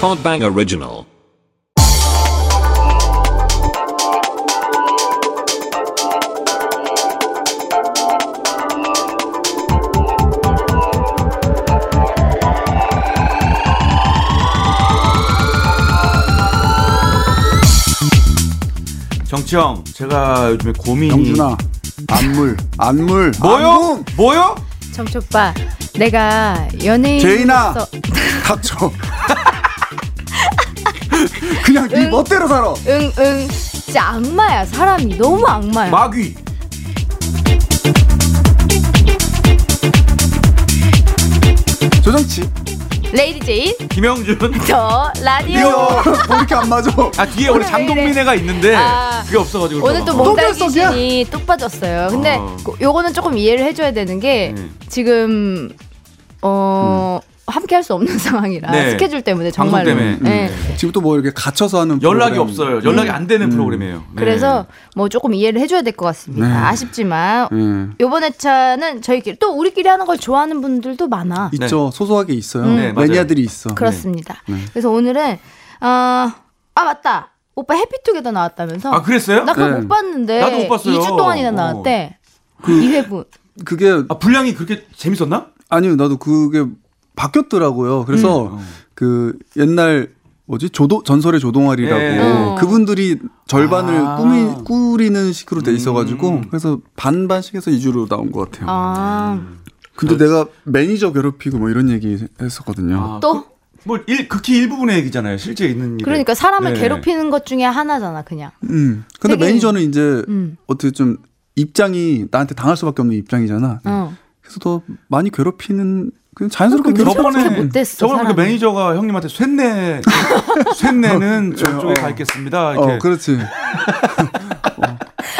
Podbang Original. 정치형, 제가 요즘에 고민이 영준아 안물 안물 음. 뭐요? 안물. 뭐요? 정초빠 내가 연예인 제인아 닥쳐 그냥 네 응. 멋대로 살아 응응 진짜 악마야 사람이 너무 악마야 마귀. 조정치 레이디 제인 김영준. 저 라디오 이거 뭐 이렇게 안 맞아 아 뒤에 원래 오늘 왜 장동민 이래? 애가 있는데 네, 아, 그게 없어가지고. 오늘 또 그런가 봐. 몽달 똥결석이야? 귀신이 뚝 빠졌어요 근데 어. 고- 요거는 조금 이해를 해줘야 되는 게 음. 지금 어 함께 할 수 없는 상황이라 네. 스케줄 때문에 방송 정말로 때문에. 네. 음. 지금 또 뭐 이렇게 갇혀서 하는 연락이 프로그램. 음. 없어요. 연락이 안 되는 프로그램이에요. 네. 그래서 뭐 조금 이해를 해줘야 될 것 같습니다 네. 아쉽지만 음. 요번 회차는 저희끼리 또 우리끼리 하는 걸 좋아하는 분들도 많아 있죠 소소하게 있어요 네, 맞아요. 매니아들이 있어 음. 그렇습니다. 네. 그래서 오늘은 어, 아 맞다. 오빠 해피투게더 나왔다면서? 아 그랬어요? 나 그거 네. 못 봤는데. 나도 못 봤어요. 2주 동안이나 어. 나왔대. 이 2회분. 그게 아 분량이 그렇게 재밌었나? 아니요 나도 그게 바뀌었더라고요 그래서 음. 그 옛날 뭐지 조도 전설의 조동아리라고 예. 어. 그분들이 절반을 아. 꾸미, 꾸리는 식으로 돼 있어가지고 음. 그래서 반반씩해서 2주로 나온 것 같아요. 음. 아, 근데 내가 매니저 괴롭히고 뭐 이런 얘기 했었거든요. 아, 또? 그, 뭐 일, 극히 일부분의 얘기잖아요. 실제 있는 일. 그러니까 사람을 네. 괴롭히는 것 중에 하나잖아, 그냥. 음. 근데 되게- 매니저는 이제 음. 어떻게 좀 입장이 나한테 당할 수밖에 없는 입장이잖아. 어. 그래서 더 많이 괴롭히는 그냥 자연스럽게 그러니까 괴롭히는 저렇게 저번에 못됐어, 저번에 그 사람이. 매니저가 형님한테 쇠뇌 쇠뇌는 저쪽에 가 있겠습니다. 이렇게. 어, 그렇지.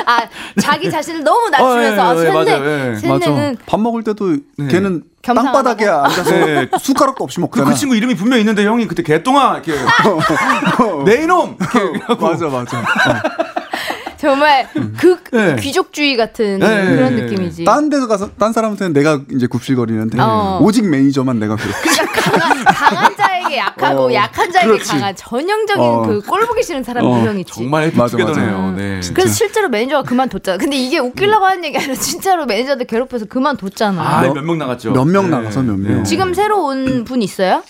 아, 자기 자신을 너무 낮추면서 어, 예, 예, 아, 맞아요, 예. 샌네. 맞아. 샌네는 밥 먹을 때도 네. 걔는 겸상하다고? 땅바닥에 앉아서 네. 숟가락도 없이 그, 먹잖아. 어, 그 친구 이름이 분명 히 있는데 형이 그때 개똥아 이렇게 내 이놈 이렇게 맞아, 맞아. 어. 정말 극 예. 귀족주의 같은 예, 예, 그런 예, 예. 느낌이지. 음. 딴 데서 가서 딴 사람한테는 내가 이제 굽실거리는데 네. 어. 오직 매니저만 내가 괴롭혀. 강한, 강한 자에게 약하고 어, 약한 자에게 그렇지. 강한 전형적인 어. 그 꼴보기 싫은 사람 어, 유형이지. 음, 정말 맞아, 해피투게더네요. 맞아. 네. 그래서 실제로 매니저가 그만뒀잖아. 근데 이게 웃기려고 하는 얘기 아니라 진짜로 매니저들 괴롭혀서 그만뒀잖아. 아몇 네. 명 나갔죠. 네. 몇명 나가서 몇 명. 지금 새로 온 분 있어요?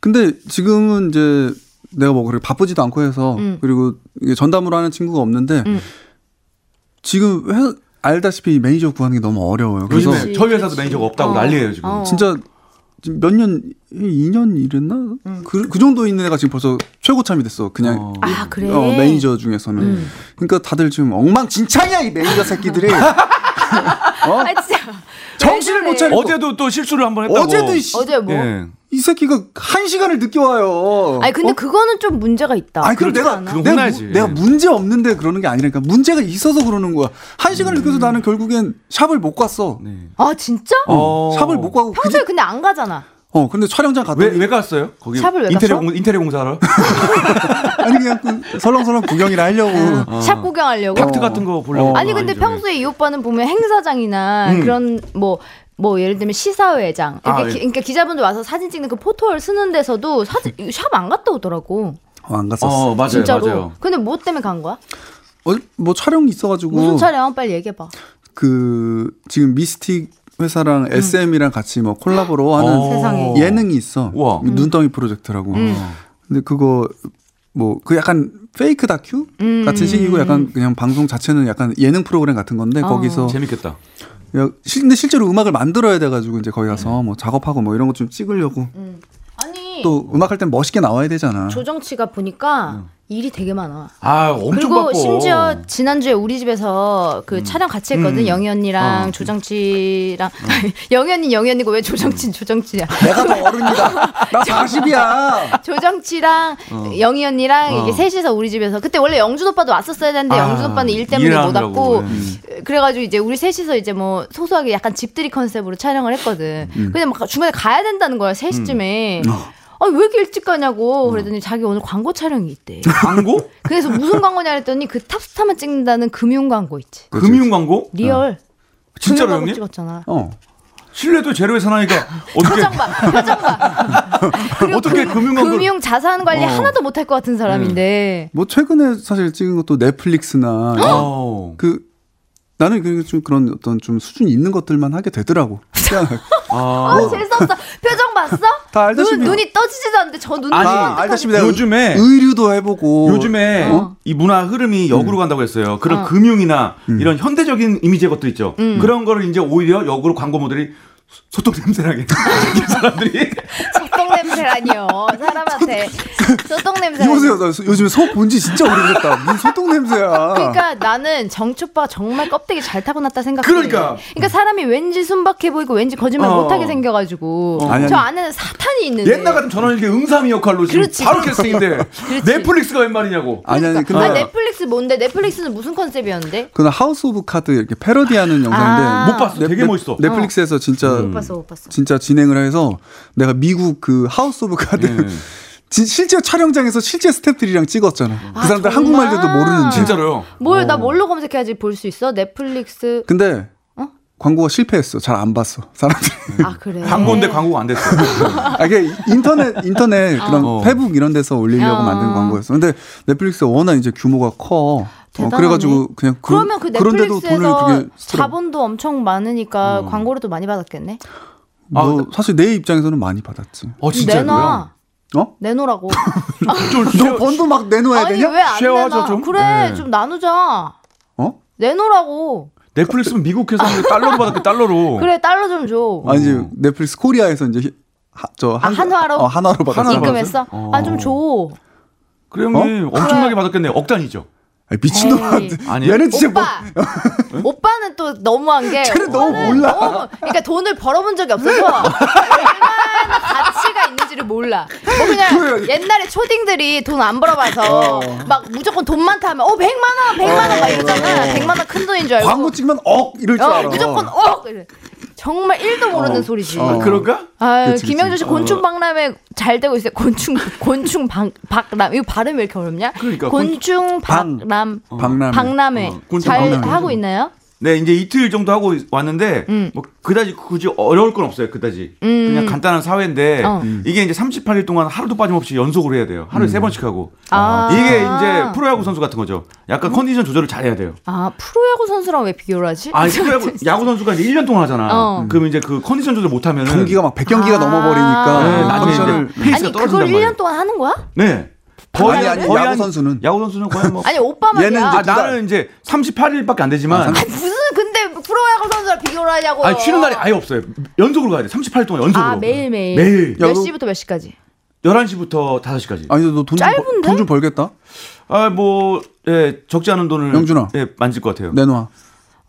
근데 지금은 이제 내가 뭐 그렇게 바쁘지도 않고 해서 음. 그리고 이게 전담으로 하는 친구가 없는데 음. 지금 회, 알다시피 매니저 구하는 게 너무 어려워요. 그래서 요즘에 저희 회사도 매니저가 없다고 어. 난리예요 지금. 어. 진짜 몇 년 2년 일했나? 그, 그 정도 있는 애가 지금 벌써 최고참이 됐어. 그냥 어. 음. 아 그래. 어, 매니저 중에서는. 음. 그러니까 다들 지금 엉망진창이야 이 매니저 새끼들이. 어? 아 진짜. 정신을 못 차려. 어제도 또 실수를 한 번 했다고. 어제도 이, 씨- 어제 뭐? 예. 이 새끼가 한 시간을 늦게 와요. 아니 근데 어? 그거는 좀 문제가 있다. 아니 그럼 그렇지 내가 않아? 그건 내가, 혼나야지. 무- 내가 문제 없는데 그러는 게 아니라니까 문제가 있어서 그러는 거야 한 시간을 늦어서 나는 결국엔 샵을 못 갔어 음. 네. 아 진짜? 어. 샵을 못 가고 그지- 평소에 근데 안 가잖아. 어 근데 촬영장 갔더니 왜왜 갔어요? 아, 거기 샵을 왜 인테리어 갔어? 공 인테리어 공사하러 아니 그냥 그 설렁설렁 구경이라 하려고 샵 구경하려고. 아. 팩트 같은 거 보려고. 어. 아니 근데 아니죠. 평소에 이 오빠는 보면 행사장이나 음. 그런 뭐. 뭐 예를 들면 시사회장 이렇게 아, 기, 예. 그러니까 기자분들 와서 사진 찍는 그 포털 쓰는 데서도 사진 샵 안 갔다 오더라고 어, 안 갔었어 어 맞아요 진짜로 맞아요. 근데 뭐 때문에 간 거야 어, 뭐 촬영이 있어가지고 무슨 촬영 빨리 얘기해봐 그 지금 미스틱 회사랑 음. SM이랑 같이 뭐 콜라보로 하는 어. 세상에. 예능이 있어 우와. 눈덩이 프로젝트라고 음. 근데 그거 뭐 그 약간 페이크 다큐 음. 같은 식이고 약간 그냥 방송 자체는 약간 예능 프로그램 같은 건데 어. 거기서 재밌겠다. 야, 실- 근데 실제로 음악을 만들어야 돼가지고 이제 거기 네. 가서 뭐 작업하고 뭐 이런 것 좀 찍으려고 아니 또 음악할 땐 멋있게 나와야 되잖아. 음. 조정치가 보니까 일이 되게 많아 아 엄청 그리고 바빠. 심지어 지난주에 우리 집에서 그 촬영 같이 했거든 음. 영희 언니랑 어. 조정치랑 영희 언니 영희 언니고 왜 조정치 조정치야 내가 더 어른이다. 나 40이야. 조정치랑 영희 언니랑 어. 이게 셋이서 우리 집에서 그때 원래 영준 오빠도 왔었어야 되는데 아, 영준 오빠는 일 때문에 일을 못 하느라고, 왔고 네. 그래가지고 이제 우리 셋이서 이제 뭐 소소하게 약간 집들이 컨셉으로 촬영을 했거든. 음. 근데 막 중간에 가야 된다는 거야 3시쯤에. 어. 아니 왜 이렇게 일찍 가냐고 그랬더니 자기 오늘 광고 촬영이 있대. 광고? 그래서 무슨 광고냐 했더니 그 탑스타만 찍는다는 금융 광고 있지. 금융 광고? 리얼. 아. 진짜로 금융 광고 형님? 찍었잖아. 어. 신뢰도 제로의 사나이가 어떻게 표정 봐, 표정 봐. 그리고 어떻게 금- 금융광고를- 어. 음. 금융 자산 관리 하나도 못할 것 같은 사람인데. 뭐 최근에 사실 찍은 것도 넷플릭스나 어. 그 나는 그 좀 그런 어떤 좀 수준 있는 것들만 하게 되더라고. 그냥 아. 아, 재수없어. 표정 봤어? 다 알다시피. 눈, 눈이 떠지지도 않는데 저 눈. 아니, 뜨면 어떡하지? 알다시피 내가 요즘에 의류도 해보고 요즘에 어. 이 문화 흐름이 음. 역으로 간다고 했어요. 그런 어. 음. 금융이나 이런 현대적인 이미지의 것도 있죠. 그런 거를 이제 오히려 역으로 광고 모델이 소- 소통 냄새나게 이 사람들이 소똥 냄새라니요. 사람한테 소똥 냄새. 이보세요. 나 소- 요즘에 소 본지 진짜 오래됐다. 무슨 소똥 아. 냄새야. 그 그러니까 나는 정초빠 정말 껍데기 잘 타고났다 생각해. 그러니까. 그러니까 사람이 왠지 순박해 보이고 왠지 거짓말 어. 못하게 생겨가지고 아니, 저 아니. 안에는 사탄이 있는데. 옛날 같으면 전원 이렇게 응삼이 역할로 지금 네. 그렇지. 바로 캐스팅인데 그렇지. 넷플릭스가 웬 말이냐고. 아니 아니 그러니까. 근데 아니, 넷플릭스 뭔데? 넷플릭스는 무슨 컨셉이었는데? 그건 하우스 오브 카드 이렇게 패러디하는 영상인데 아. 못 네, 봤어. 되게 멋있어. 음. 넷플릭스에서 진짜 못 봤어, 못 봤어. 진짜 진행을 해서 내가 미국 그 하우스 오브 네. 카드 네. 진- 실제 촬영장에서 실제 스태프들이랑 찍었잖아. 아, 그 사람들 정말? 어? 한국말들도 모르는지. 진짜로요. 뭘 나 뭘로 검색해야지 볼 수 있어? 넷플릭스. 근데 어? 광고가 실패했어. 잘 안 봤어. 사람들이. 아 그래. 광고인데 광고가 안 됐어. 아, 이게 인터넷, 인터넷, 그런 어. 페북 이런 데서 올리려고 어. 만든 광고였어. 근데 넷플릭스가 워낙 이제 규모가 커. 어, 대단하네. 그래가지고 그냥 그, 그러면 그 넷플릭스에서 쓰더라. 자본도 엄청 많으니까 광고료도 많이 받았겠네. 아, 뭐 사실 내 입장에서는 많이 받았지. 어 내놔. 진짜로요. 어? 내놓으라고. 너 번도 막 내놓아야 아니 되냐? 왜 안 쉐어하죠, 내놔? 좀? 그래 네. 좀 나누자. 어? 내놓으라고. 넷플릭스는 미국 회사인데 달러로 받았대 달러로. 그래 달러 좀 줘. 아니 이제 어. 넷플릭스 코리아에서 이제 하, 저 아, 한화로? 어, 한화로 받았어. 한화로 받았어? 입금했어? 아 좀 줘. 그래 어? 형님 엄청나게 받았겠네. 억단이죠. 아니, 미친놈아. 에이. 아니. 얘는 진짜 뭐 오빠, 오빠는 또 너무한 게 쟤는 너무 오빠는 몰라. 너무- 그러니까 돈을 벌어본 적이 없어서 얼마나 가치가 있는지를 몰라. 뭐 그냥 옛날에 초딩들이 돈 안 벌어봐서 막 무조건 돈 많다 하면 어 100만 원, 100만 원 막 이러잖아. 100만 원 큰 돈인 줄 알고. 어. 광고 찍으면 억 이럴 줄 어, 알아. 어. 무조건 어 이래. 정말 1도 모르는 소리지. 아, 그럴까? 아유, 그치, 그치. 김영준 어. 씨 곤충박람회 잘 되고 있어요. 곤충 곤충박 박람 이거 발음이 왜 이렇게 어렵냐? 그러니까, 곤충박람 박람회. 박람회 어, 곤충 잘 박람회. 하고 있나요? 네, 이제 이틀 정도 하고 왔는데 음. 뭐 그다지 굳이 어려울 건 없어요. 그다지 음. 그냥 간단한 사회인데 음. 어. 이게 이제 38일 동안 하루도 빠짐없이 연속으로 해야 돼요. 하루에 세 번씩 하고 아. 음. 이게 이제 프로야구 선수 같은 거죠. 약간 컨디션 조절을 잘해야 돼요. 아 프로야구 선수랑 왜 비교를 하지? 아, 프로야구 야구 선수가 이제 1년 동안 하잖아. 어. 그럼 이제 그 컨디션 조절 못 하면 경기가 막 100경기가 아. 넘어버리니까 네, 나중에 컨디션을 이제 페이스가 아니 떨어진단 그걸 말이에요. 1년 동안 하는 거야? 네. 아니, 아니, 야구 선수는? 야구 선수는 거의 뭐 아니 오빠만 얘는 야 아, 이제- 두 달. 나는 이제 38일밖에 안 되지만 아니, 무슨 근데 프로야구 선수랑 비교를 하냐고. 아니, 쉬는 날이 아예 없어요. 연속으로 가야 돼. 38일 동안 연속으로. 아 매일 매일. 매일. 몇 야구- 시부터 몇 시까지? 11시부터 5시까지. 아니 너돈좀돈좀 짧은데? 벌겠다. 아, 뭐, 예, 적지 않은 돈을. 영준아. 네. 예, 만질 것 같아요. 내놔.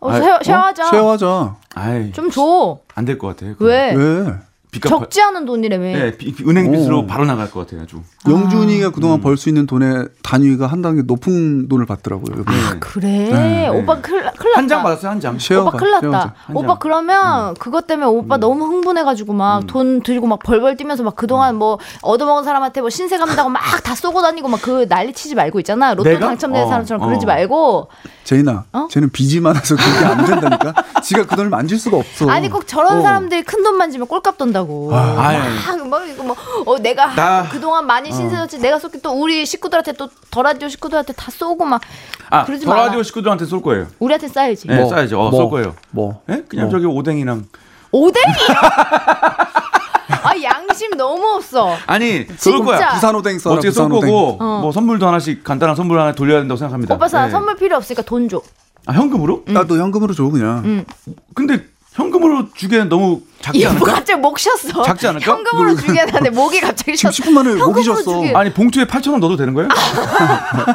어, 아이, 쉐어, 쉐어하자. 어? 쉐어하자. 아이, 좀 줘. 안 될 것 같아요. 왜? 왜? 빚 갚아. 적지 않은 돈이라며. 예, 비- 비- 은행 빚으로 오. 바로 나갈 것 같아요, 아주. 영준이가 음. 그동안 벌 수 있는 돈의 단위가 한 단계 높은 돈을 받더라고요. 요번에. 아. 네. 그래. 오빠 큰일 났다. 한 장 받았어요, 한 장. 쉐어가 오빠 큰일 쉐어가. 났다. 한 음. 오빠 장. 그러면 그것 때문에 오빠 너무 흥분해가지고 막 음. 돈 들고 막 벌벌 뛰면서 막 그동안 뭐 얻어먹은 사람한테 뭐 신세 감다고 막 다 쏘고 다니고 막 그 난리 치지 말고 있잖아. 로또 내가? 당첨된 어, 사람처럼 어. 그러지 말고. 제인아, 어? 쟤는 빚이 많아서 그게 안 된다니까. 지가 그 돈을 만질 수가 없어. 아니 꼭 저런 어. 사람들이 큰 돈 만지면 꼴값 돈다고. 아유. 막, 막 이거 뭐 어, 내가 나- 어. 그동안 많이 신세 졌지. 내가 쏟기 또 우리 식구들한테 또 더 라디오 식구들한테 다 쏘고 막 아, 그러지 더 마라. 라디오 식구들한테 쏠 거예요. 우리한테 쌓여야지. 네, 싸야죠. 어, 쏠 거예요. 뭐? 예? 그냥 뭐. 저기 오뎅이랑. 오뎅이요? 아 양심 너무 없어. 아니, 쏠 진짜. 거야. 부산 오뎅 써라. 어떻게 쏠 부산 오뎅. 거고, 어. 뭐 선물도 하나씩 간단한 선물 하나 돌려야 된다고 생각합니다. 오빠 사 예. 선물 필요 없으니까 돈 줘. 아, 현금으로? 음. 나도 현금으로 줘 그냥. 근데 현금으로 주기엔 너무 작지 이거 않을까? 갑자기 목 쉬었어. 작지 않을까? 그, 현금으로 주게 하는데 목이 갑자기 지금 쉬었어. 10분 만에 목이 현금으로 쉬었어. 주게. 아니, 봉투에 8,000원 넣어도 되는 거예요? 아.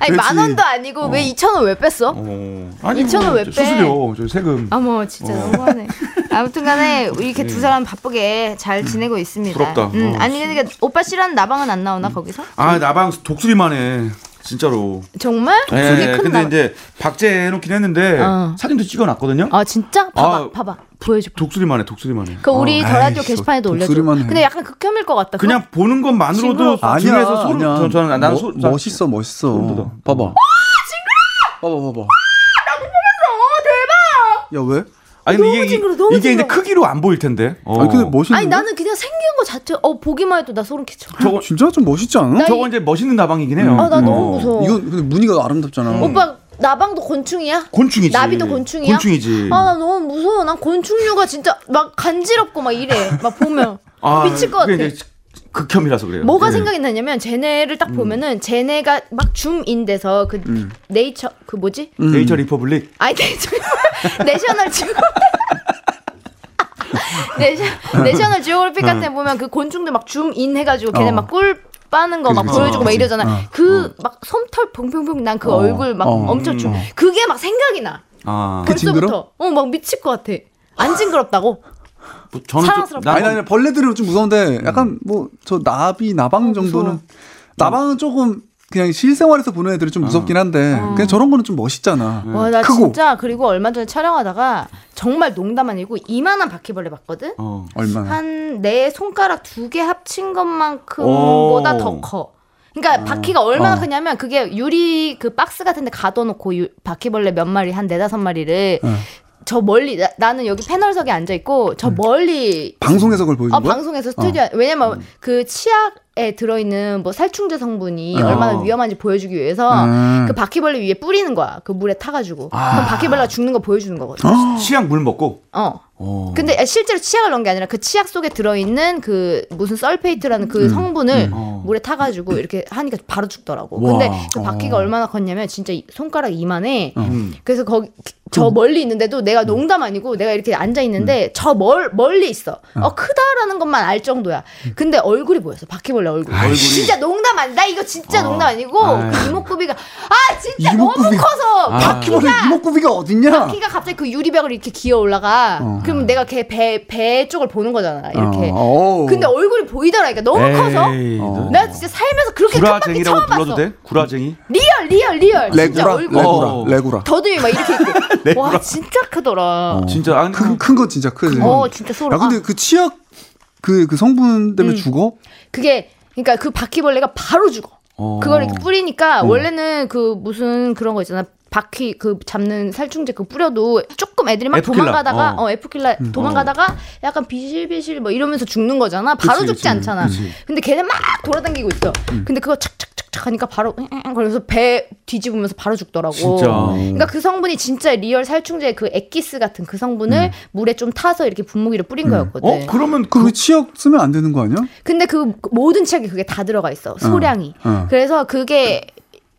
아니 만 되지. 원도 아니고 왜 2천 원 왜 뺐어? 어. 아니, 2,000원 뭐 왜 빼? 아. 수수료, 저 세금. 어머 진짜 너무하네. 아무튼간에 이렇게 두 사람 바쁘게 잘 지내고 있습니다. 네. 음. 부럽다. 음, 어. 아니 근데 오빠 싫어하는 나방은 안 나오나 거기서? 아 나방 독수리만 해 진짜로. 정말? 예, 그게 네. 큰 근데 나방. 이제 박제해놓긴 했는데 어. 사진도 찍어놨거든요. 아 진짜? 봐봐 아, 봐봐 보여줘. 독수리만 해 독수리만 해. 그 우리 어, 더 라디오 아이씨, 게시판에도 올려줘. 목소리만 해. 근데 약간 극혐일 것 같다. 그냥 보는 것만으로도 징그러워. 중에서 소름. 저, 저는 나는 뭐- 소, 나- 멋있어 멋있어. 돋아. 봐봐. 봐봐 봐봐. 어 대박! 야 왜? 아니 너무 근데 이게 징그러워, 너무 이게 이제 징그러워. 크기로 안 보일 텐데. 어. 아니 근데 멋있는. 아니 나는 그냥 생긴 거 자체 어 보기만 해도 나 소름 끼쳐. 저거 진짜 좀 멋있지 않아? 나 저거 이제 멋있는 나방이긴 해요. 아 나 어. 너무 무서워. 이건 근데 무늬가 아름답잖아. 오빠 나방도 곤충이야? 곤충이지. 나비도 곤충이야? 곤충이지. 아 나 너무 무서워. 난 곤충류가 진짜 막 간지럽고 막 이래. 막 보면 아, 미칠 것 그게 같아. 이제 극혐이라서 그래요. 뭐가 예. 생각이 나냐면 쟤네를 음. 딱 보면은 쟤네가 막 줌인돼서 그 네이처 그 뭐지? 네이처 리퍼블릭. 아니 네이처 내셔널 지오그래픽 내셔, 내셔널 지오그래픽 같은 데 보면 그 곤충들 막 줌인 해가지고 걔네 어. 막 꿀 빠는 거 막 그치, 그치, 보여주고 막 그치. 이러잖아. 어, 그 막 솜털 퐁퐁퐁 난 그 어, 얼굴 막 어. 엄청 줌. 그게 막 생각이 나. 아, 그 징그러? 벌써부터. 어 막 미칠 것 같아. 안 징그럽다고? 뭐 저는 좀, 사랑스럽다. 아니 나는 아니 벌레들은 좀 무서운데 음. 약간 뭐 저 나비 나방 어, 정도는 나방은 조금 그냥 실생활에서 보는 애들이 어. 좀 무섭긴 한데 그냥 저런 거는 좀 멋있잖아. 어. 음. 와 나 음. 크고 진짜 그리고 얼마 전에 촬영하다가 정말 농담 아니고 이만한 바퀴벌레 봤거든. 어. 얼마나 한 내 손가락 두 개 합친 오. 것만큼보다 더 커. 그러니까 바퀴가 얼마나 어. 크냐면 그게 유리 그 박스 같은 데 가둬놓고 유- 바퀴벌레 몇 마리 한 네다섯 마리를 어. 저 멀리 나, 는 여기 패널석에 앉아 있고 저 멀리 방송에서 그걸 음. 보여준 어, 거야? 음. 방송에서 스튜디오 왜냐면 그 치약에 들어있는 뭐 살충제 성분이 어. 얼마나 위험한지 보여주기 위해서 음. 아. 그 바퀴벌레 위에 뿌리는 거야 그 물에 타가지고 그럼 바퀴벌레가 죽는 거 보여주는 어. 거거든. 치약 물 먹고. 어. 어. 근데 실제로 치약을 넣은 게 아니라 그 치약 속에 들어있는 그 무슨 썰페이트라는 그 성분을 물에 타가지고 이렇게 하니까 바로 죽더라고. 와. 근데 그 바퀴가 얼마나 컸냐면 진짜 이 손가락 이만해. 음. 그래서 거기 저 멀리 있는데도 내가 농담 아니고 내가 이렇게 앉아 있는데 저 멀 멀리 있어. 어 크다라는 것만 알 정도야. 근데 얼굴이 보였어. 바퀴벌레 얼굴. 얼굴이. 진짜 농담 아니. 나 이거 진짜 농담 아니고 아유. 그 이목구비가 아 진짜 이목구비. 아. 너무 커서 아. 바퀴벌레 바퀴가 이목구비가 어딨냐? 키가 갑자기 그 유리벽을 이렇게 기어 올라가. 그럼 내가 걔 배 배 쪽을 보는 거잖아. 이렇게. 어, 어. 근데 얼굴이 보이더라니까 너무 커서. 에이, 너- 나 진짜 살면서 그렇게 큰 바퀴 처음 어. 구라쟁이라고 봤어. 불러도 돼? 구라쟁이? 리얼 리얼 리얼. 진짜 레구라 얼굴. 어. 레구라 레구라 더듬이 막 이렇게 있고. 와 진짜 크더라. 진짜 그 안그 큰 큰 거 진짜 크지. 어 진짜 소름. 어. 음. 야 근데 아, 그 치약 그 그 성분 때문에 죽어? 그게 그러니까 그 바퀴벌레가 바로 죽어. 어. 음. 그걸 이렇게 뿌리니까 원래는 그 무슨 그런 거 있잖아. 바퀴 그 잡는 살충제 그 뿌려도 조금 애들이 막 에프킬라. 도망가다가 어. 어, 에프킬라 도망가다가 약간 비실비실 뭐 이러면서 죽는 거잖아. 바로 그치, 죽지 그치, 않잖아. 근데 걔는 막 돌아다니고 있어. 음. 근데 그거 착착착착 하니까 바로 그래서 배 뒤집으면서 바로 죽더라고. 진짜. 그러니까 그 성분이 진짜 리얼 살충제 그 액기스 같은 그 성분을 물에 좀 타서 이렇게 분무기로 뿌린 거였거든. 음. 어? 그러면 그 그 치약 쓰면 안 되는 거 아니야? 근데 그 모든 치약이 그게 다 들어가 있어 소량이 어. 그래서 그게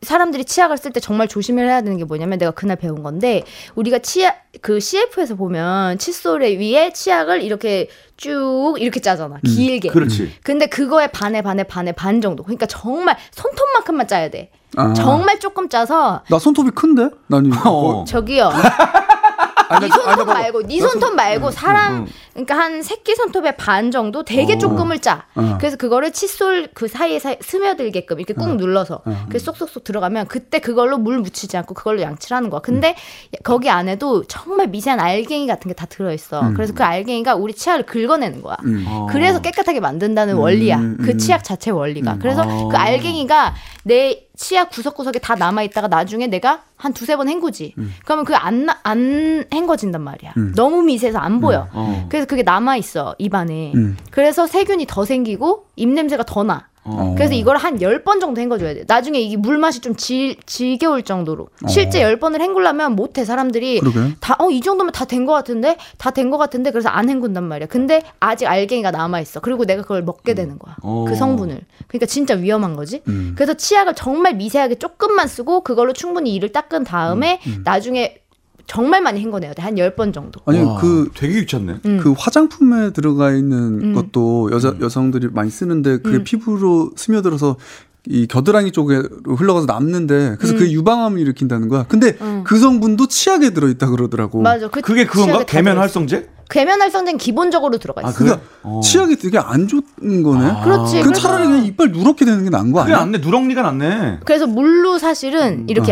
사람들이 치약을 쓸 때 정말 조심을 해야 되는 게 뭐냐면 내가 그날 배운 건데 우리가 치약 그 CF에서 보면 칫솔에 위에 치약을 이렇게 쭉 이렇게 짜잖아 길게 그렇지. 근데 그거에 반에 반에 반에 반 정도 그러니까 정말 손톱만큼만 짜야 돼 아. 정말 조금 짜서 나 손톱이 큰데? 난 이거 어. 저기요 아니, 네 나- 아니, 나 손톱 봐봐. 말고 네 손톱 말고 사람 그러니까 한 새끼 손톱의 반 정도 되게 조금을 짜 그래서 그거를 칫솔 그 사이에 사- 스며들게끔 이렇게 꾹 눌러서 그 쏙쏙쏙 들어가면 그때 그걸로 물 묻히지 않고 그걸로 양치하는 를 거야 근데 거기 안에도 정말 미세한 알갱이 같은 게 다 들어있어 그래서 그 알갱이가 우리 치아를 긁어내는 거야 그래서 깨끗하게 만든다는 원리야 그 치약 자체 원리가 그래서 그 알갱이가 내 치약 구석구석에 다 남아 있다가 나중에 내가 한 두세 번 헹구지. 그러면 그안안 안 헹궈진단 말이야. 너무 미세해서 안 보여. 어. 그래서 그게 남아 있어 입안에. 음. 그래서 세균이 더 생기고 입 냄새가 더 나. 어. 그래서 이걸 한 열 번 정도 헹궈줘야 돼. 나중에 이게 물맛이 좀 질, 지겨울 정도로. 실제 열번을 헹굴려면 못해, 사람들이. 그러게. 다, 어, 이 정도면 다 된 것 같은데? 다 된 것 같은데? 그래서 안 헹군단 말이야. 근데 아직 알갱이가 남아있어. 그리고 내가 그걸 먹게 되는 거야. 어. 그 성분을. 그러니까 진짜 위험한 거지. 그래서 치약을 정말 미세하게 조금만 쓰고 그걸로 충분히 이를 닦은 다음에 나중에 정말 많이 헹궈내야 돼. 한 열 번 정도. 아니 와, 그 그 되게 음. 귀찮네. 화장품에 들어가 있는 것도 여자 음. 여성들이 많이 쓰는데 음. 그게 피부로 스며들어서 이 겨드랑이 쪽에 흘러가서 남는데 그래서 음. 그게 유방암을 일으킨다는 거야. 근데 그 성분도 치약에 들어 있다 그러더라고. 어. 맞아. 그 그게 치약에 그건가? 다 계면 들어있어. 활성제? 계면활성제는 기본적으로 들어가 있어. 아, 요 그래? 그러니까 어. 치약이 되게 안 좋은 거네. 아. 그렇지. 그럼 그래서- 차라리 그냥 이빨 누렇게 되는 게 나은 거 그게 아니야? 안네 누렁니가 났네. 그래서 물로 음, 사실은 이렇게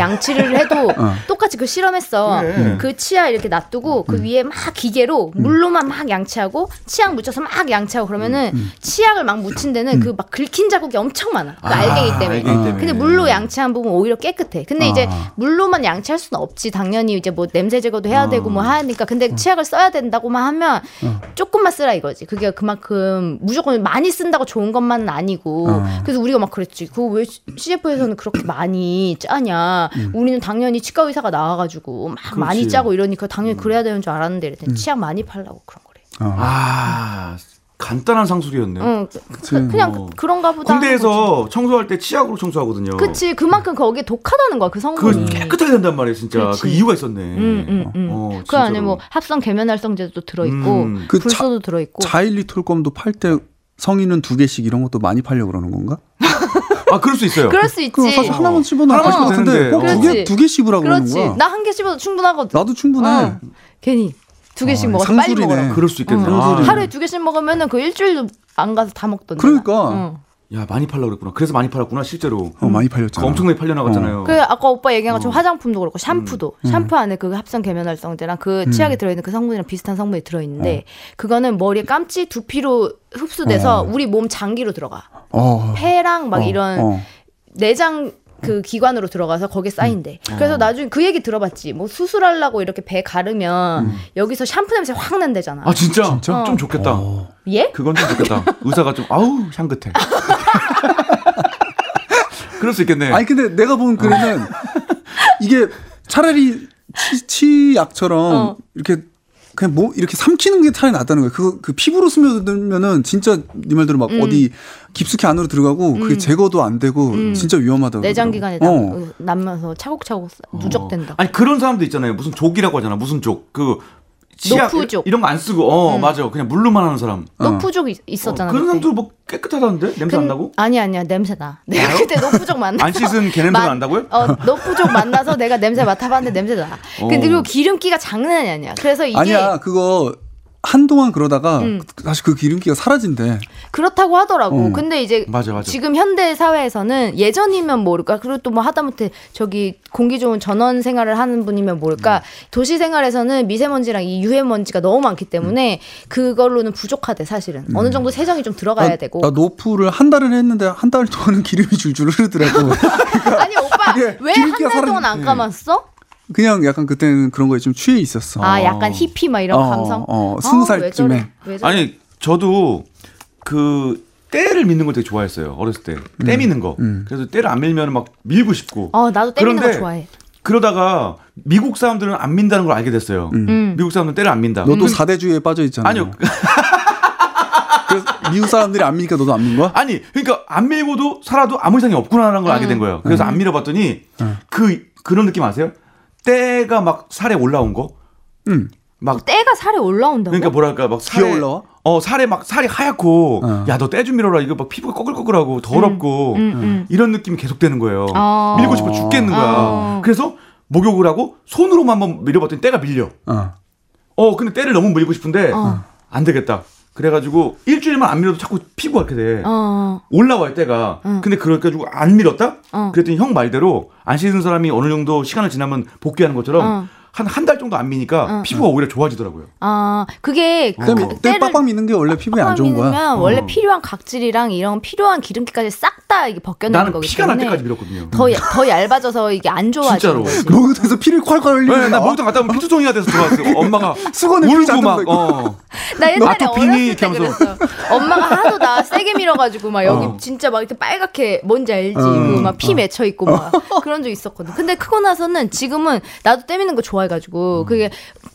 양치를 해도 어. 똑같이 그 실험했어. 그래. 그 치아 이렇게 놔두고 음. 그 위에 막 기계로 물로만 막 양치하고 치약 묻혀서 막 양치하고 그러면은 음, 치약을 막 묻힌 데는 그 막 긁힌 자국이 엄청 많아. 그 아, 알갱이 때문에. 알갱이 때문에. 아. 근데 물로 양치한 부분 오히려 깨끗해. 근데 이제 물로만 양치할 수는 없지. 당연히 이제 뭐 냄새 제거도 해야 되고 음. 뭐 하니까. 근데 치약을 써야 된다고만 하면 조금만 쓰라 이거지. 그게 그만큼 무조건 많이 쓴다고 좋은 것만은 아니고. 음. 그래서 우리가 막 그랬지. 그거 왜 CF에서는 그렇게 많이 짜냐. 우리는 당연히 치과 의사가 나와가지고 막 많이 음. 그렇지. 음. 짜고 이러니까 당연히 그래야 되는 줄 알았는데 이랬더니 치약 많이 팔라고 그런 거래. 어. 아 음. 간단한 상술이었네. 요 응, 그, 그냥 어. 그, 런가 보다. 하는 거지. 군대에서 청소할 때 치약으로 청소하거든요. 음. 그치 그만큼 거기에 독하다는 거야 그 그 성분이. 깨끗하게 된단 말이에요, 진짜. 그 그렇지. 이유가 있었네. 음, 음, 음. 어, 그 안에 진짜로. 뭐 합성 계면활성제도 들어있고 음. 그 불소도 들어있고 자일리톨검도 팔 때 성인은 두 개씩 이런 것도 많이 팔려 고 그러는 건가? 아, 그럴 수 있어요. 그럴 수 있지. 그 사실 하나만 씹어도 하나만 아플 것 같은데 씹어도 되는데. 꼭두개 두 개 씹으라고 그러는 그렇지. 거야. 나 한 개 씹어도 충분하거든. 나도 충분해. 어. 괜히 두 개씩 아, 먹어. 빨리 상술이네. 먹어. 그럴 수 있겠네. 음. 아, 하루에 두 개씩 먹으면은 그 일주일도 안 가서 다 먹던데. 그러니까. 응. 야, 많이 팔라 그랬구나. 그래서 많이 팔았구나, 실제로. 음. 어, 많이 그 팔렸잖아. 엄청나게 팔려나갔잖아요. 그 아까 오빠 얘기한 어. 것처럼 화장품도 그렇고 샴푸도 음. 샴푸 안에 그 합성 계면활성제랑 그 치약에 들어있는 그 성분이랑 비슷한 성분이 들어있는데 그거는 머리에 깜지 두피로 흡수돼서 우리 몸 장기로 들어가 어. 폐랑 막 어, 이런 어. 내장 그 기관으로 들어가서 거기에 쌓인대. 음. 아. 그래서 나중에 그 얘기 들어봤지. 뭐 수술하려고 이렇게 배 가르면 여기서 샴푸 냄새 확 난대잖아. 음. 아, 진짜? 좀 어. 좋겠다. 예? 그건 좀 좋겠다. 의사가 좀, 아우, 향긋해. 그럴 수 있겠네. 아니 근데 내가 본 글에는 이게 차라리 치, 치약처럼 어. 이렇게 그냥 뭐 이렇게 삼키는 게 차라리 낫다는 거예요. 그거 그 피부로 스며들면은 진짜 네 말대로 음. 막 어디 깊숙이 안으로 들어가고 그게 제거도 안 되고 진짜 위험하다고. 음. 내장 기관에 남, 그러더라고요. 어. 남아서 차곡차곡 쌓- 어. 누적된다. 아니 그런 사람도 있잖아요. 무슨 족이라고 하잖아. 무슨 족. 그 치약 노푸족. 이런 거 안 쓰고 어 맞아. 그냥 물로만 하는 사람. 노푸족 이- 어, 있었잖아. 그런 그때. 사람들 뭐 깨끗하다는데 냄새 근- 안 나고? 뭐? 아니 아니야 냄새 나. 내가 그때 노프족 만나. 안 씻은 걔 냄새 난다고요? 어 노프족 만나서 내가 냄새 맡아봤는데 냄새 나. 근데 어. 그리고 기름기가 장난이 아니야. 그래서 이게 음. 아니야 그거 한동안 그러다가 다시 그 기름기가 사라진대. 그렇다고 하더라고. 어. 근데 이제 맞아, 맞아. 지금 현대 사회에서는 예전이면 모를까. 그리고 또 뭐 하다못해 저기 공기 좋은 전원 생활을 하는 분이면 모를까. 도시 생활에서는 미세먼지랑 이 유해먼지가 너무 많기 때문에 그걸로는 부족하대 사실은. 어느 정도 세정이 좀 들어가야 나, 되고. 나 노프를 한 달을 했는데 한 달 동안은 기름이 줄줄 흐르더라고. 아니 오빠 그게 왜 한 기름기가 달 사라지는데. 동안 안 감았어? 그냥 약간 그때는 그런 거에 좀 취해 있었어. 아 약간 히피 막 이런 어, 감성. 어, 스무 아, 왜 저래? 살쯤에. 왜 저래? 아니 저도 그 때를 믿는 걸 되게 좋아했어요. 어렸을 때. 음, 때 미는 거. 그래서 때를 안 밀면 막 밀고 싶고. 어 나도 때리는 거 그런데 좋아해. 그러다가 미국 사람들은 안 민다는 걸 알게 됐어요. 음. 미국 사람들은 때를 안 민다. 음. 너도 사대주의에 빠져 있잖아. 아니요. 그래서 미국 사람들이 안 미니까 너도 안 민 거야? 아니, 그러니까 안 밀고도 살아도 아무 이상이 없구나라는 걸 음. 알게 된 거예요. 그래서 음. 안 밀어봤더니 그 그런 느낌 아세요? 때가 막 살에 올라온 거. 응. 막 어, 때가 살에 올라온다고? 그러니까 뭐랄까 막 살에 기어 올라와? 어 살에 막 살이 하얗고 어. 야 너 때 좀 밀어라 이거 막 피부가 꺼글꺼글하고 더럽고 음, 음. 이런 느낌이 계속되는 거예요. 어. 밀고 싶어 죽겠는 거야. 어. 그래서 목욕을 하고 손으로만 한번 밀어봤더니 때가 밀려. 어. 어 근데 때를 너무 밀고 싶은데 어. 안 되겠다. 그래가지고 일주일만 안 밀어도 자꾸 피부가 이렇게 돼. 어. 올라와요 때가 근데 그래가지고 안 밀었다 어. 그랬더니 형 말대로 안 씻은 사람이 어느 정도 시간을 지나면 복귀하는 것처럼 어. 한 한 달 정도 안 미니까 피부가 오히려 좋아지더라고요 아, 그게 그, 그때 그 때를 빡빡 미는 게 원래 피부에 안 좋은 거야. 밀면 어. 원래 필요한 각질이랑 이런 필요한 기름기까지 싹 다 이게 벗겨내는 나는 거기 피가 날 때문에 때까지 밀었거든요 더, 얇- 더 얇아져서 이게 안 진짜로. 그 좋아지는 거지. 목욕탕에서 피를 콸콸 흘리는 네, 나 거. 목욕탕 갔다 오면 피투성이가 돼서 들어왔어 엄마가 수건에 울고 피지 않는 막 거 어. 나 옛날에 아토피니 어렸을 이렇게 때 하면서. 그랬어. 엄마가 하도 나 세게 밀어가지고 막 여기 진짜 막 이렇게 빨갛게 뭔지 어. 알지? 그 막 피 맺혀 있고 막 그런 적 있었거든. 근데 크고 나서는 지금은 나도 때미는 거 좋아해가지고 음. 그게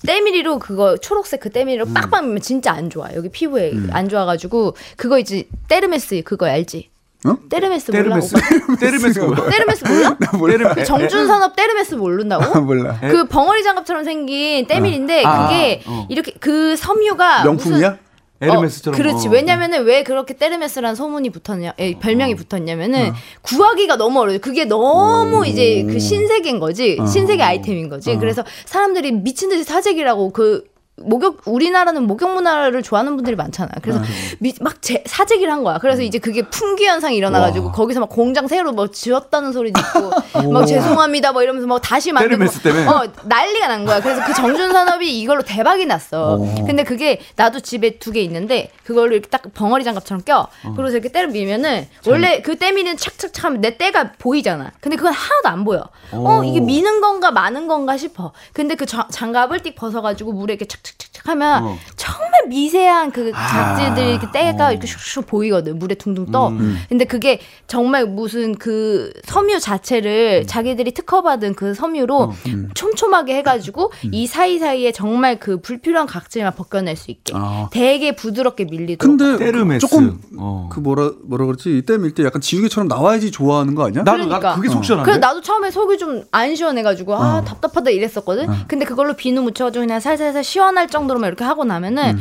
때밀이로 그거 초록색 그 때밀이로 빡빡 밀면 진짜 안 좋아. 여기 피부에 음. 안 좋아가지고 그거 이제 테르메스 그거 알지? 어? 테르메스 몰라? 때르메스 오빠? 때르메스 뭐야? 테르메스 몰라? 네, 뭐, 때르- 그 정준산업 테르메스 모른다고? 아, 몰라. 그 벙어리 장갑처럼 생긴 때밀인데 아, 그게 어. 이렇게 그 섬유가 명품이야? 에르메스처럼 어, 그렇지. 어. 왜냐면은 왜 그렇게 테르메스란 소문이 붙었냐, 에, 어. 별명이 붙었냐면은 구하기가 너무 어려워. 그게 너무 이제 어. 그 신세계인 거지, 신세계 아이템인 거지. 그래서 사람들이 미친 듯이 사재기라고 그 목욕 우리나라는 목욕 문화를 좋아하는 분들이 많잖아요. 어. 그래서 미- 막 제, 사재기를 한 거야. 음. 그래서 이제 그게 풍기 현상이 일어나가지고 거기서 막 공장 새로 뭐 지었다는 소리 듣고 막 죄송합니다 뭐 이러면서 막 다시 만들고 테르메스 때문에? 어 난리가 난 거야. 그래서 그 정준 산업이 이걸로 대박이 났어. 근데 그게 나도 집에 두 개 있는데 그걸로 이렇게 딱 벙어리 장갑처럼 껴. 그러고서 이렇게 때를 밀면은 원래 그 때미는 착착착 하면 내 때가 보이잖아. 근데 그건 하나도 안 보여. 어 이게 미는 건가 마는 건가 싶어. 근데 그 자- 장갑을 띡 벗어가지고 물에 이렇게 착착착착 하면 어. 정말 미세한 그 아. 잡지들이 이렇게 때가 이렇게 슉슉 보이거든. 물에 둥둥 떠. 근데 그게 정말 무슨 그 섬유 자체를 자기들이 특허받은 그 섬유로 촘촘하게 해가지고 이 사이사이에 정말 그 불필요한 각질만 벗겨낼 수 있게 아. 되게 부드럽게 밀리도록. 근데 테르메스. 조금 어. 그 뭐라 뭐라 그러지 이때 밀 때 약간 지우개처럼 나와야지 좋아하는 거 아니야? 나도 나 그러니까. 그게 속 시원한데. 그래 나도 처음에 속이 좀 안 시원해가지고 아 답답하다 이랬었거든. 근데 그걸로 비누 묻혀가지고 그냥 살살살 시원할 정도로만 이렇게 하고 나면은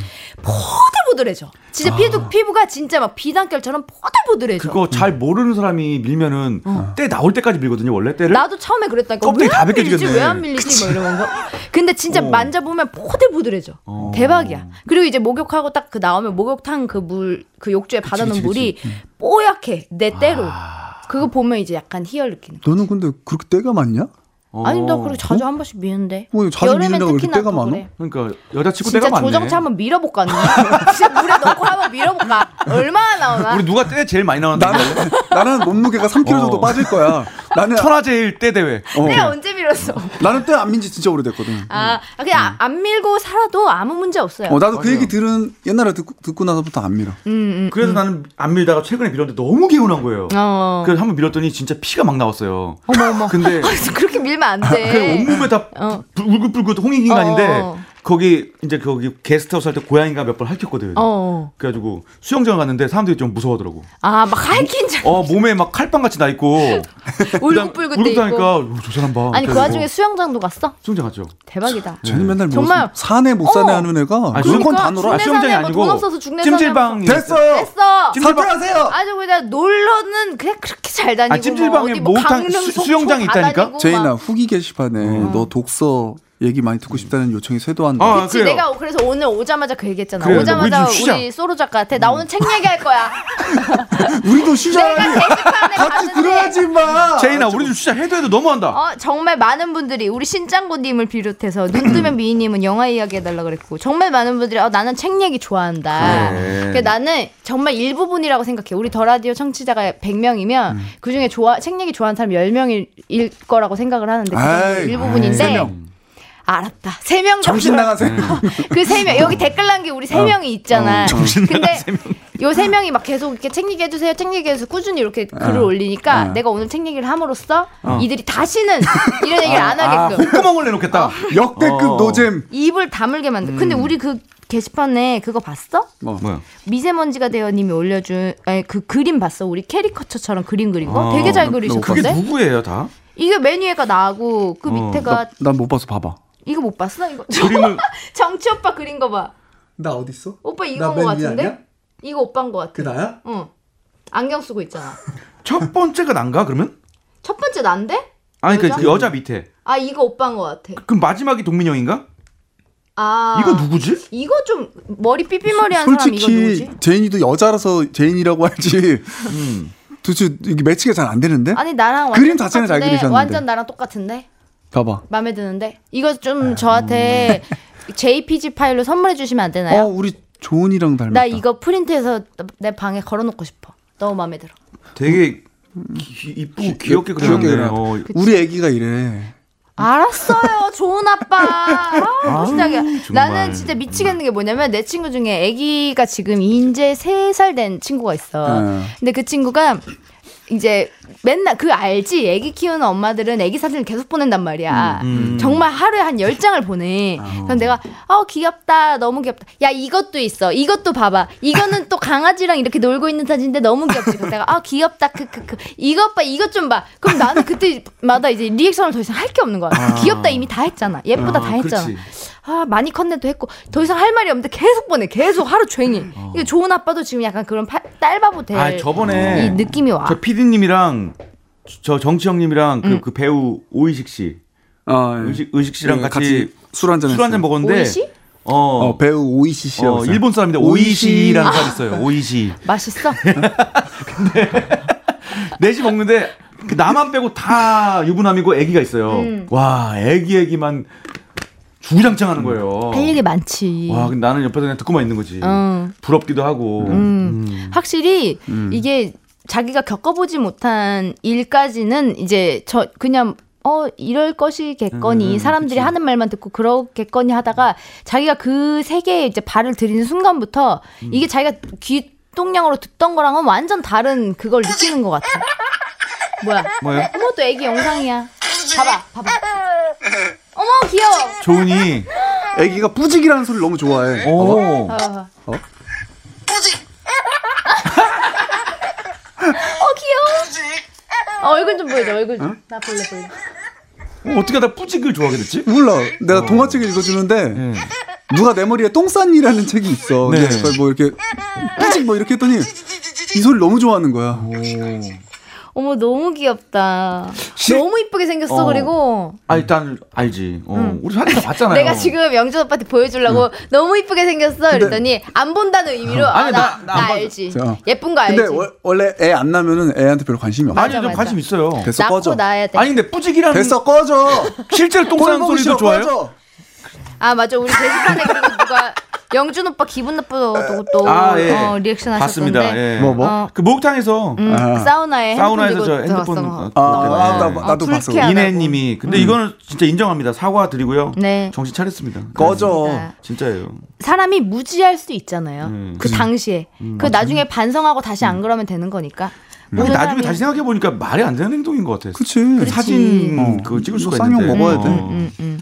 보들보들해져. 진짜 피부 피부가 진짜 막 비단결처럼 보들보들해져. 그거 잘 모르는 사람이 밀면은 때 나올 때까지 밀거든요. 원래 때를. 어. 나도 처음에 그랬다니까 네? 껍데기 다 왜안 밀리지 벗겨지겠네. 왜 안 밀리지 뭐 이런 거 근데 진짜 만져보면 보들보들해져 어. 대박이야 그리고 이제 목욕하고 딱 그 나오면 목욕탕 그 물 그 욕조에 받아놓은 물이 뽀얗게 내 때로 그거 보면 이제 약간 희열 느끼는 너는 근데 그렇게 때가 많냐? 어. 아니 나 그래 자주 한 번씩 미는데 뭐, 자주 미는다고 이렇게 때가 또 많아? 그래. 그러니까 여자친구 진짜 때가 많네. 조정차 한번 밀어볼까 언니? 진짜 물에 넣고 한번 밀어볼까 얼마나 나오나 우리 누가 때 제일 많이 나왔는데? 나는 나는 몸무게가 3kg 어. 정도 빠질 거야. 나는 천하제일 때 대회. 내가 어. 언제 밀었어 나는 때 안 민지 진짜 오래됐거든. 아 그냥 안 밀고 살아도 아무 문제 없어요 음, 어, 나도 그 맞아요. 얘기 들은 옛날에 듣고, 듣고 나서부터 안 밀어. 그래서 나는 안 밀다가 최근에 밀었는데 너무 개운한 거예요. 어. 그래서 한번 밀었더니 진짜 피가 막 나왔어요. 어머 어머. 근데 아, 그래서 그렇게 밀면 안 돼. 아, 그냥 온몸에 다 네. 어. 불- 울긋불긋 홍익인간인데 어, 어. 거기 이제 거기 게스트하우스 할 때 고양이가 몇 번 핥혔거든. 어, 어. 그래가지고 수영장 갔는데 사람들이 좀 무서워하더라고. 아막 하이킹 장 어 몸에 막 칼빵 같이 나 있고 울긋불긋 돼 있고. 울긋하니까 어, 뭐. 저 사람 봐. 아니 그 그래가지고 와중에 수영장도 갔어? 수영장 갔죠. 대박이다. 쟤는 맨날 뭐 정말- 사내 못 사내 어. 하는 애가 그러니까 아니, 그런 수영- 건 다 놀아. 중내 수영장이 산에 뭐돈 아니고 없어서 중내 산에 찜질방 됐어요. 됐어. 찜질방- 사퇴하세요. 아주 그냥 놀러는 그냥 그렇게 잘 다니고 아, 찜질방에 뭐 어디 뭐 목욕탕 강릉, 수- 속초 수영장이 다 있다니까? 다니고 막. 제이나 후기 게시판에 너 독서 얘기 많이 듣고 싶다는 요청이 쇄도한다. 아, 그치 그래요. 내가 그래서 오늘 오자마자 그 얘기했잖아. 그래요. 오자마자 우리 좀 쉬자. 우리 소로 작가한테 나 오늘 책 얘기할 거야. 우리도 내가 쉬자라니. 게시판에 같이 갔는데 들어가지 마. 제이나 우리 좀 진짜 해도 해도 너무한다. 어, 정말 많은 분들이 우리 신짱구님을 비롯해서 눈뜨면 미인님은 영화 이야기 해달라 그랬고 정말 많은 분들이 어, 나는 책 얘기 좋아한다. 그래. 그러니까 나는 정말 일부분이라고 생각해. 우리 더 라디오 청취자가 100명이면 음. 그 중에 좋아 책 얘기 좋아하는 사람 10명일 거라고 생각을 하는데 그 정도 아이, 일부분인데 세 명. 알았다. 3명 정신 나가세요. 그 세 명 여기 댓글 난 게 우리 어. 세 명이 있잖아. 근데 요 세 명이 막 계속 이렇게 책 얘기해 주세요. 책 얘기해 주세요. 꾸준히 이렇게 어. 글을 올리니까 내가 오늘 책 얘기를 함으로써 이들이 다시는 이런 얘기를 안 아, 하게끔 콧구멍을 내놓겠다. 역대급 어. 노잼. 입을 다물게 만들. 근데 음. 우리 그 게시판에 그거 봤어? 뭐. 뭐야? 미세먼지가 되어님이 올려준 아니, 그 그림 봤어? 우리 캐리커처처럼 그림 그린 거? 어, 되게 잘 나- 그게 그리셨던데? 누구예요 어. 다? 이게 메뉴에가 나고 그 밑에가 난 못 봐서 봐봐. 이거 못 봤어? 이거 그림을- 정치 오빠 그린 거 봐. 나 어디 있어? 오빠 나 이건 거 맨 위에 아니야? 같은데? 이거 오빠인 거 같아. 나야? 응. 어. 안경 쓰고 있잖아. 첫 번째가 난가 그러면? 첫 번째 난데? 아니 여자? 그 여자 밑에. 아 이거 오빠인 것 같아. 그럼 마지막이 동민이 형인가? 아 이거 누구지? 이거 좀 머리 삐삐머리한 사람 이거 솔직히 누구지? 제인이도 여자라서 제인이라고 하지. 도대체 이게 매치가 잘 안 되는데? 아니 나랑 그림 완전 자체는 잘 똑같은데, 그리셨는데. 완전 나랑 똑같은데 봐봐. 마음에 드는데 이거 아, 좀 저한테 JPG 파일로 선물해 주시면 안 되나요? 어, 그러니까. 우리 조은이랑 닮았다. 나 이거 프린트해서 내 방에 걸어놓고 싶어. 너무 마음에 들어. 되게 기- 이쁘고 음. 귀엽게 귀엽게 그렸네. 그려놨다. 어, 우리 애기가 이래. 알았어요, 좋은 아빠. 아, 진짜 정말. 나는 진짜 미치겠는 게 뭐냐면 내 친구 중에 아기가 지금 이제 세 살 된 친구가 있어. 네. 근데 그 친구가 이제 맨날 그 알지? 아기 키우는 엄마들은 아기 사진을 계속 보낸단 말이야. 정말 하루에 한 열장을 보내. 그럼 내가 어 귀엽다. 너무 귀엽다. 야, 이것도 있어. 이것도 봐 봐. 이거는 또 강아지랑 이렇게 놀고 있는 사진인데 너무 귀엽지. 그래서 내가 아, 귀엽다. 크크크. 이것 봐. 이것 좀 봐. 그럼 나는 그때마다 이제 리액션을 더 이상 할 게 없는 거야. 귀엽다 이미 다 했잖아. 예쁘다 아, 다 했잖아. 그렇지. 아 많이 컸네도 했고 더 이상 할 말이 없는데 계속 보내 계속 하루 종일 이게 좋은 아빠도 지금 약간 그런 팔- 딸바보 될 어. 아 저번에 네. 이 느낌이 와 저 PD님이랑 저 정치 형님이랑 음. 그, 그 배우 오이식 씨 아, 예. 의식, 의식 씨랑 예, 네. 같이, 술한잔 술 한 잔 먹었는데 오이시? 어, 어, 배우 오이시 씨라고 어, 있어요. 일본 사람인데 아. 오이시라는 사람 있어요. 오이시. 맛있어? 넷이 먹는데 그 나만 빼고 다 유부남이고 아기가 있어요. 음. 와, 아기 아기만 주구장창하는 거예요. 할 얘기 많지. 어. 와, 근데 나는 옆에서 그냥 듣고만 있는 거지. 어. 부럽기도 하고. 음. 확실히 이게 자기가 겪어보지 못한 일까지는 이제 저 그냥 어 이럴 것이겠거니 사람들이 하는 말만 듣고 그러겠거니 하다가 자기가 그 세계에 이제 발을 들이는 순간부터 이게 자기가 귀동량으로 듣던 거랑은 완전 다른 그걸 느끼는 것 같아. 뭐야? 뭐야? 어머 또 애기 영상이야. 봐봐, 봐봐. 어머 귀여워. 조은이. 아. 애기가 뿌직이라는 소리를 너무 좋아해. 어, 오. 봐봐, 봐봐. 어? 어 귀여워. 어, 얼굴 좀 보여줘 얼굴 좀. 나 볼래 볼래. 어, 떻게 하다 뿌직을 좋아하게 됐지? 몰라. 내가 동화책을 읽어주는데 어. 예. 누가 내 머리에 똥싼이라는 책이 있어. 네. 그래서 뭐 이렇게 뿌직 뭐 이렇게 했더니 이 소리 너무 좋아하는 거야. 어머 너무 귀엽다. 실- 너무 이쁘게 어. 생겼어 그리고 아, 일단 알지. 어, 우리 사진 다 봤잖아요. 음. 내가 지금 영준 오빠한테 보여주려고 너무 이쁘게 생겼어 그랬더니 안 본다는 의미로 아, 아니, 나, 나- 나, 나안 봤어. 알지 자. 예쁜 거 알지. 근데 월- 원래 애 안 낳으면은 애한테 별로 관심이 없어. 아니, 맞아, 좀 맞아. 관심 있어요. 네, 됐어 꺼져. 낳고 낳아야 돼. 아니, 근데 뿌직이라는 됐어 꺼져. 실제로 똥 싸는 꼴 소리도 보기 싫어, 좋아요? 꺼져. 아 맞아 우리 게시판에 그리고 누가 영준 오빠 기분 나쁘다고 또 아, 예. 어, 리액션 하셨던데. 봤습니다. 예. 뭐, 뭐? 어, 그 목욕탕에서 음, 아. 사우나에 사우나에서 핸드폰 저 들고 핸드폰 들어갔어. 어, 아, 그때. 아, 예. 나- 나도 아, 봤어. 불쾌하다. 음. 이내님이 근데 이거는 진짜 인정합니다. 사과 드리고요. 네. 음. 정신 차렸습니다. 네. 꺼져. 맞습니다. 진짜예요. 사람이 무지할 수도 있잖아요. 음, 그 당시에. 그 나중에 반성하고 다시 안 그러면 되는 거니까. 근데 모든 나중에 사람이- 다시 생각해 보니까 말이 안 되는 행동인 것 같아요. 그치. 사진 어. 그 찍을 이거 수가 쌍욕 있는데. 먹어야 돼. 어. 음, 음.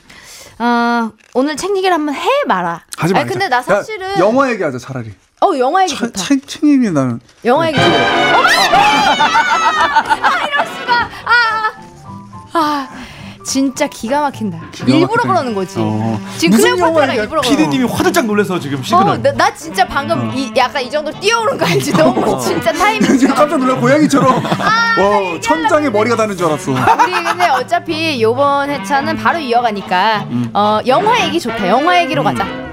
아, 오늘 책 얘기를 한번 해 말아. 하지 말자. 근데 나 사실은 야, 영화 얘기하자 차라리. 어 영화 얘기 차- 좋다. 책 책임이 나는. 영화 얘기. 좋다. 어, 아, 어머! 아 이럴 수가. 아, 아 진짜 기가 막힌다. 기가 일부러 막히다. 그러는 거지. 어. 지금 무슨 클레오파트라가 영화야? 일부러 그러는 거지. 피디님이 화들짝 놀라서 지금 어, 시그널. 나, 나 진짜 방금 이, 약간 이 정도 뛰어오는 거 알지? 너무 진짜 타이밍 지금 깜짝 놀라 고양이처럼. 아, 와 천장에 머리가 닿는 줄 알았어. 우리 근데 어차피 요번 회차는 바로 이어가니까 어 영화 얘기 좋다. 영화 얘기로 가자.